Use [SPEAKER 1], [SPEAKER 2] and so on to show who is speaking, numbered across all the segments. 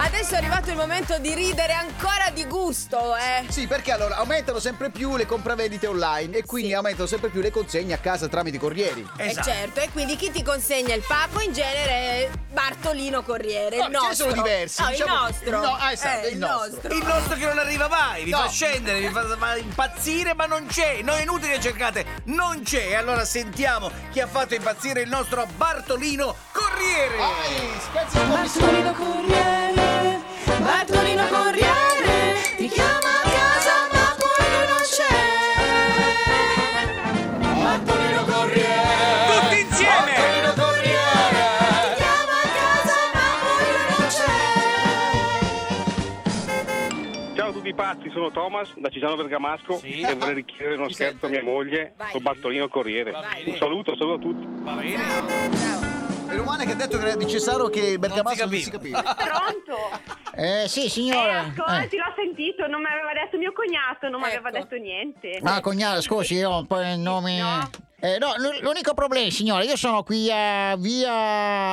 [SPEAKER 1] adesso è arrivato il momento di ridere ancora di gusto, eh.
[SPEAKER 2] Sì, perché allora aumentano sempre più le compravendite online e quindi
[SPEAKER 1] Sì.
[SPEAKER 2] aumentano sempre più le consegne a casa tramite i corrieri.
[SPEAKER 1] Eh,
[SPEAKER 3] Esatto.
[SPEAKER 1] certo, e quindi chi ti consegna il pacco in genere è Bartolino Corriere.
[SPEAKER 2] No,
[SPEAKER 1] il
[SPEAKER 2] ce ne
[SPEAKER 1] nostro.
[SPEAKER 2] sono diversi,
[SPEAKER 1] No,
[SPEAKER 2] diciamo-
[SPEAKER 1] il nostro.
[SPEAKER 2] No, ah, esatto,
[SPEAKER 1] Eh,
[SPEAKER 2] il nostro.
[SPEAKER 3] Il nostro che non arriva mai, vi
[SPEAKER 2] No.
[SPEAKER 3] fa scendere, vi fa, fa impazzire, ma non c'è. Non è inutile che cercate, non c'è. E Allora sentiamo chi ha fatto impazzire il nostro Bartolino Corriere.
[SPEAKER 2] Vai, spezzi la commissione.
[SPEAKER 4] Bartolino Corriere, Bartolino Corriere, ti chiama a casa ma poi lui non c'è. Bartolino Corriere,
[SPEAKER 3] Tutti insieme!
[SPEAKER 4] Bartolino Corriere, ti chiama a casa ma poi lui non c'è.
[SPEAKER 5] Ciao a tutti i pazzi, sono Thomas da Cisano Bergamasco
[SPEAKER 3] Sì.
[SPEAKER 5] e vorrei richiedere uno
[SPEAKER 2] Mi
[SPEAKER 5] scherzo a
[SPEAKER 2] sente?
[SPEAKER 5] mia moglie
[SPEAKER 1] Vai.
[SPEAKER 5] col Bartolino Corriere.
[SPEAKER 3] Va bene.
[SPEAKER 5] Un saluto, saluto a tutti.
[SPEAKER 3] Va bene.
[SPEAKER 2] Il romano che ha detto che era di Cesaro che Bergamasco non si capiva.
[SPEAKER 6] Pronto?
[SPEAKER 7] Eh sì
[SPEAKER 6] Eh,
[SPEAKER 7] signora. Eh.
[SPEAKER 6] ascolti, l'ho sentito, non mi aveva detto mio cognato, non mi
[SPEAKER 1] Ecco.
[SPEAKER 6] aveva detto niente.
[SPEAKER 7] Ah cognata scusi io un po' il nome.
[SPEAKER 6] No.
[SPEAKER 7] Eh, no, l- l'unico problema signora io sono qui a via...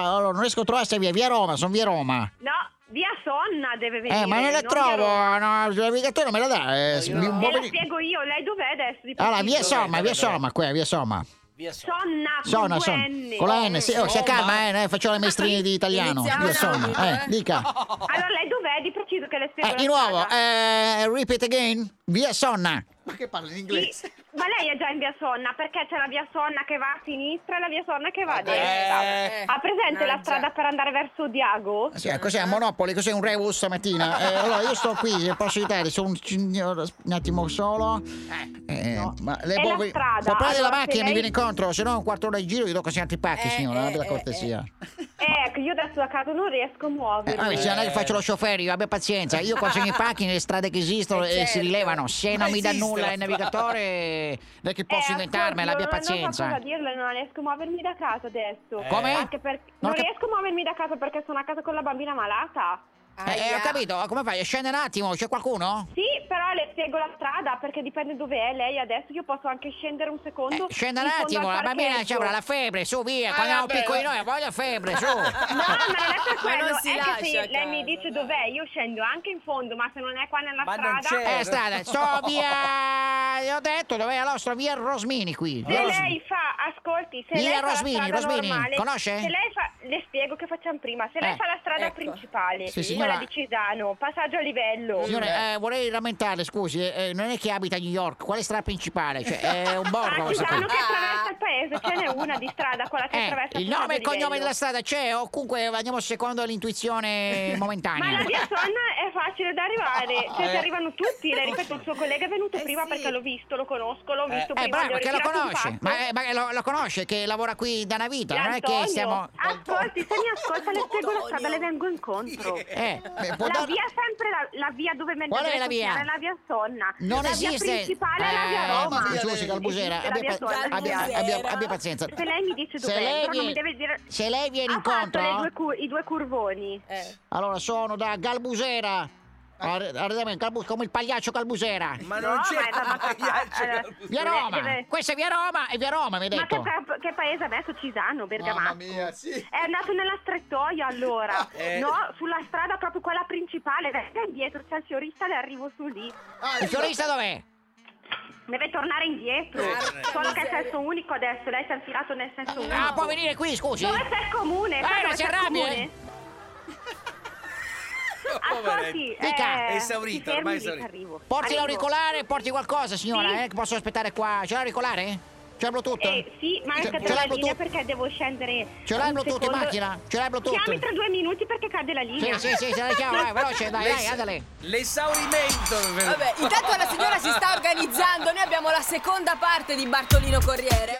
[SPEAKER 7] Allora non riesco a trovare sta via, via Roma, sono via Roma.
[SPEAKER 6] No, via Sonna deve venire.
[SPEAKER 7] eh ma non la trovo, no, il navigatore me la dà. Eh, mi- un po'
[SPEAKER 6] Ve la
[SPEAKER 7] per-
[SPEAKER 6] spiego io, lei dov'è adesso? Di
[SPEAKER 7] Allora via
[SPEAKER 6] preciso?
[SPEAKER 7] Somma,
[SPEAKER 3] dov'è,
[SPEAKER 7] via
[SPEAKER 3] dov'è?
[SPEAKER 7] Somma, qua, via Somma.
[SPEAKER 6] Sonna,
[SPEAKER 7] Sonna,
[SPEAKER 6] Ah, con due
[SPEAKER 7] Sonna.
[SPEAKER 6] N.
[SPEAKER 7] Con la N, sì, oh, si
[SPEAKER 3] Somma.
[SPEAKER 7] calma, eh, eh, faccio le maestrine di italiano.
[SPEAKER 1] Iniziamo
[SPEAKER 7] Via
[SPEAKER 1] subito,
[SPEAKER 7] Somma,
[SPEAKER 1] eh.
[SPEAKER 7] eh, dica.
[SPEAKER 6] Allora lei dov'è di preciso che le spiego?
[SPEAKER 7] Eh,
[SPEAKER 6] la
[SPEAKER 7] di nuovo,
[SPEAKER 6] strada?
[SPEAKER 7] eh, repeat again, via Sonna.
[SPEAKER 2] Ma che parla in
[SPEAKER 6] Sì,
[SPEAKER 2] inglese?
[SPEAKER 6] Ma lei è già in via Sonna perché c'è la via Sonna che va a sinistra e la via Sonna che va a
[SPEAKER 1] Vabbè,
[SPEAKER 6] destra.
[SPEAKER 1] eh,
[SPEAKER 6] Ha presente
[SPEAKER 1] mannaggia.
[SPEAKER 6] la strada per andare verso Diago?
[SPEAKER 7] Sì, eh, cos'è un Monopoli? Cos'è un Rebus stamattina? Eh, allora, io sto qui, posso aiutare, sono un signor- un attimo solo. Eh, ma lei
[SPEAKER 6] È
[SPEAKER 7] può
[SPEAKER 6] la
[SPEAKER 7] ve-
[SPEAKER 6] strada,
[SPEAKER 7] può prendere la
[SPEAKER 6] allora,
[SPEAKER 7] macchina e
[SPEAKER 6] se
[SPEAKER 7] mi
[SPEAKER 6] lei-
[SPEAKER 7] viene incontro, se no un quarto d'ora in giro gli do così altri pacchi,
[SPEAKER 1] Eh,
[SPEAKER 7] signora,
[SPEAKER 1] eh,
[SPEAKER 7] abbia la
[SPEAKER 1] eh,
[SPEAKER 7] cortesia.
[SPEAKER 6] Ecco, io adesso a casa non riesco a
[SPEAKER 7] Eh, vabbè,
[SPEAKER 6] muovermi.
[SPEAKER 7] se non è che faccio lo chauffeur, io abbia pazienza, io consegno i pacchi nelle strade che esistono
[SPEAKER 1] Eh,
[SPEAKER 7] e
[SPEAKER 1] certo.
[SPEAKER 7] si rilevano. Se
[SPEAKER 3] Ma
[SPEAKER 7] non mi dà
[SPEAKER 3] esiste la
[SPEAKER 7] nulla il
[SPEAKER 3] strada.
[SPEAKER 7] navigatore, non è che posso
[SPEAKER 6] Eh,
[SPEAKER 7] inventarmela, abbia
[SPEAKER 6] ascolti,
[SPEAKER 7] pazienza. Eh.
[SPEAKER 6] Non, non so cosa dirle, non riesco a muovermi da casa adesso.
[SPEAKER 7] Come?
[SPEAKER 6] Anche perché
[SPEAKER 7] No,
[SPEAKER 6] non
[SPEAKER 7] che-
[SPEAKER 6] riesco a muovermi da casa perché sono a casa con la bambina malata.
[SPEAKER 7] Eh, eh,
[SPEAKER 1] Aia.
[SPEAKER 7] ho capito, come fai? Scende un attimo, c'è qualcuno?
[SPEAKER 6] Sì, però le spiego la strada perché dipende dove è lei adesso. Io posso anche scendere un secondo.
[SPEAKER 7] Eh, scende un
[SPEAKER 6] in fondo
[SPEAKER 7] attimo,
[SPEAKER 6] al
[SPEAKER 7] la bambina
[SPEAKER 6] parcheggio. Ah,
[SPEAKER 7] ci avrà la febbre, su via, quando eravamo piccoli noi voglio febbre, su.
[SPEAKER 6] No, ma non è per
[SPEAKER 1] Ma
[SPEAKER 6] quello,
[SPEAKER 1] non si
[SPEAKER 6] è che
[SPEAKER 1] lascia a
[SPEAKER 6] se lei mi
[SPEAKER 1] casa,
[SPEAKER 6] dice
[SPEAKER 1] dai.
[SPEAKER 6] dov'è, io scendo anche in fondo, ma se non è qua nella
[SPEAKER 3] Ma non
[SPEAKER 6] strada...
[SPEAKER 3] c'è.
[SPEAKER 7] Eh, strada, sto via, gli ho detto dov'è la nostra via Rosmini qui.
[SPEAKER 6] Se
[SPEAKER 7] Ros-
[SPEAKER 6] lei fa, ascolti, se
[SPEAKER 7] Via
[SPEAKER 6] lei fa
[SPEAKER 7] Rosmini,
[SPEAKER 6] la strada
[SPEAKER 7] Rosmini,
[SPEAKER 6] normale,
[SPEAKER 7] conosce?
[SPEAKER 6] se lei fa, le spiego che facciamo prima, se
[SPEAKER 7] Eh,
[SPEAKER 6] lei fa la strada
[SPEAKER 1] ecco.
[SPEAKER 6] principale,
[SPEAKER 7] Sì, signora.
[SPEAKER 6] quella di Cisano, passaggio a livello,
[SPEAKER 7] Signore, eh, vorrei rammentarle, scusi, eh, non è che abita a New York, quale strada principale? Cioè, è un borgo
[SPEAKER 6] a
[SPEAKER 7] questa
[SPEAKER 6] Cisano
[SPEAKER 7] qui.
[SPEAKER 6] che attraversa il paese, ce n'è una di strada, quella che attraversa
[SPEAKER 7] Eh, il
[SPEAKER 6] passaggio
[SPEAKER 7] nome e il
[SPEAKER 6] a livello.
[SPEAKER 7] cognome della strada c'è o comunque andiamo secondo l'intuizione
[SPEAKER 6] Ma la
[SPEAKER 7] momentanea?
[SPEAKER 6] via Sonna è facile da arrivare,
[SPEAKER 7] Eh.
[SPEAKER 6] cioè ci arrivano tutti, le ripeto, il suo collega è venuto
[SPEAKER 1] Eh,
[SPEAKER 6] prima
[SPEAKER 1] sì.
[SPEAKER 6] perché l'ho visto, lo conosco, l'ho visto
[SPEAKER 7] Eh,
[SPEAKER 6] prima, gli ho
[SPEAKER 7] bravo, che lo
[SPEAKER 6] ritirato un
[SPEAKER 7] conosce,
[SPEAKER 6] pacco.
[SPEAKER 7] ma, eh, ma lo, lo conosce che lavora qui da una vita, non è che
[SPEAKER 6] Antonio,
[SPEAKER 7] stiamo...
[SPEAKER 6] Ascolti, se mi ascolta le spiego la strada,
[SPEAKER 1] Antonio.
[SPEAKER 6] le vengo incontro.
[SPEAKER 7] Eh, beh, può
[SPEAKER 6] La
[SPEAKER 7] dar-
[SPEAKER 6] via è sempre la, la via dove
[SPEAKER 7] Qual è la via?
[SPEAKER 6] È la via Sonna.
[SPEAKER 7] Non
[SPEAKER 6] la
[SPEAKER 7] esiste.
[SPEAKER 6] via principale è la
[SPEAKER 7] Eh,
[SPEAKER 6] via Roma.
[SPEAKER 7] mi scusi, Calbusera,
[SPEAKER 6] Esiste la
[SPEAKER 7] abbia,
[SPEAKER 6] via
[SPEAKER 7] pa-
[SPEAKER 6] Sonna,
[SPEAKER 7] abbia-
[SPEAKER 6] sì.
[SPEAKER 1] Calbusera.
[SPEAKER 7] abbia- abbia pazienza.
[SPEAKER 6] Se lei mi dice
[SPEAKER 7] Se
[SPEAKER 6] dov'è,
[SPEAKER 7] lei
[SPEAKER 6] però non
[SPEAKER 7] viene-
[SPEAKER 6] mi deve dire...
[SPEAKER 7] se lei viene
[SPEAKER 6] Ha
[SPEAKER 7] incontro-
[SPEAKER 6] fatto le due cu- i due curvoni.
[SPEAKER 1] Eh.
[SPEAKER 7] Allora sono da Galbusera. Ar- Arredamento, Calbu- come il pagliaccio Calbusera.
[SPEAKER 3] Ma non c'è.
[SPEAKER 6] ma è da- ma-
[SPEAKER 3] Pagliaccio,
[SPEAKER 6] allora,
[SPEAKER 3] Galbusera.
[SPEAKER 7] Via
[SPEAKER 6] deve-
[SPEAKER 7] Roma.
[SPEAKER 6] deve-
[SPEAKER 7] Questa è via Roma e via Roma, mi hai
[SPEAKER 6] Ma che,
[SPEAKER 7] detto.
[SPEAKER 6] pa- che paese ha messo Cisano,
[SPEAKER 2] Mamma
[SPEAKER 6] Bergamasco?
[SPEAKER 2] mia, sì.
[SPEAKER 6] È andato nella strettoia allora,
[SPEAKER 3] Eh.
[SPEAKER 6] no? Sulla strada proprio quella principale, resta indietro, c'è il fiorista, le arrivo su lì.
[SPEAKER 2] Ah,
[SPEAKER 7] Il fiorista dov'è?
[SPEAKER 6] Deve tornare indietro.
[SPEAKER 1] Eh.
[SPEAKER 6] Solo che è senso unico adesso, lei si è infilato nel senso unico.
[SPEAKER 7] Ah, può venire qui, scusi.
[SPEAKER 6] Dove c'è il comune?
[SPEAKER 7] Eh,
[SPEAKER 6] Sai
[SPEAKER 7] ma
[SPEAKER 6] dove
[SPEAKER 7] si
[SPEAKER 6] c'è il
[SPEAKER 7] arrabbia,
[SPEAKER 6] comune?
[SPEAKER 7] eh?
[SPEAKER 6] Ascolti,
[SPEAKER 7] Dica.
[SPEAKER 6] eh,
[SPEAKER 3] Esaurito,
[SPEAKER 6] ti fermi
[SPEAKER 3] ormai
[SPEAKER 6] lì
[SPEAKER 3] esaurito.
[SPEAKER 6] che arrivo.
[SPEAKER 7] Porti
[SPEAKER 6] Arrivo.
[SPEAKER 7] l'auricolare, porti qualcosa, signora,
[SPEAKER 6] Sì.
[SPEAKER 7] eh, che posso aspettare qua. C'è l'auricolare? C'è il Bluetooth?
[SPEAKER 6] Eh, sì, ma
[SPEAKER 7] C'è-
[SPEAKER 6] anche
[SPEAKER 7] ce
[SPEAKER 6] tra
[SPEAKER 7] l'hai
[SPEAKER 6] la
[SPEAKER 7] Bluetooth?
[SPEAKER 6] linea perché devo scendere.
[SPEAKER 7] Ce l'hai
[SPEAKER 6] un
[SPEAKER 7] Bluetooth in
[SPEAKER 6] secondo.
[SPEAKER 7] macchina? Ce l'hai Bluetooth?
[SPEAKER 6] Chiami tra due minuti perché cade la
[SPEAKER 7] Sì,
[SPEAKER 6] linea.
[SPEAKER 7] sì, sì, se la diciamo, eh, chiamo, vai, veloce, dai, dai, andale.
[SPEAKER 3] L'esaurimento.
[SPEAKER 1] Vabbè, intanto la signora si sta organizzando, noi abbiamo la seconda parte di Bartolino Corriere.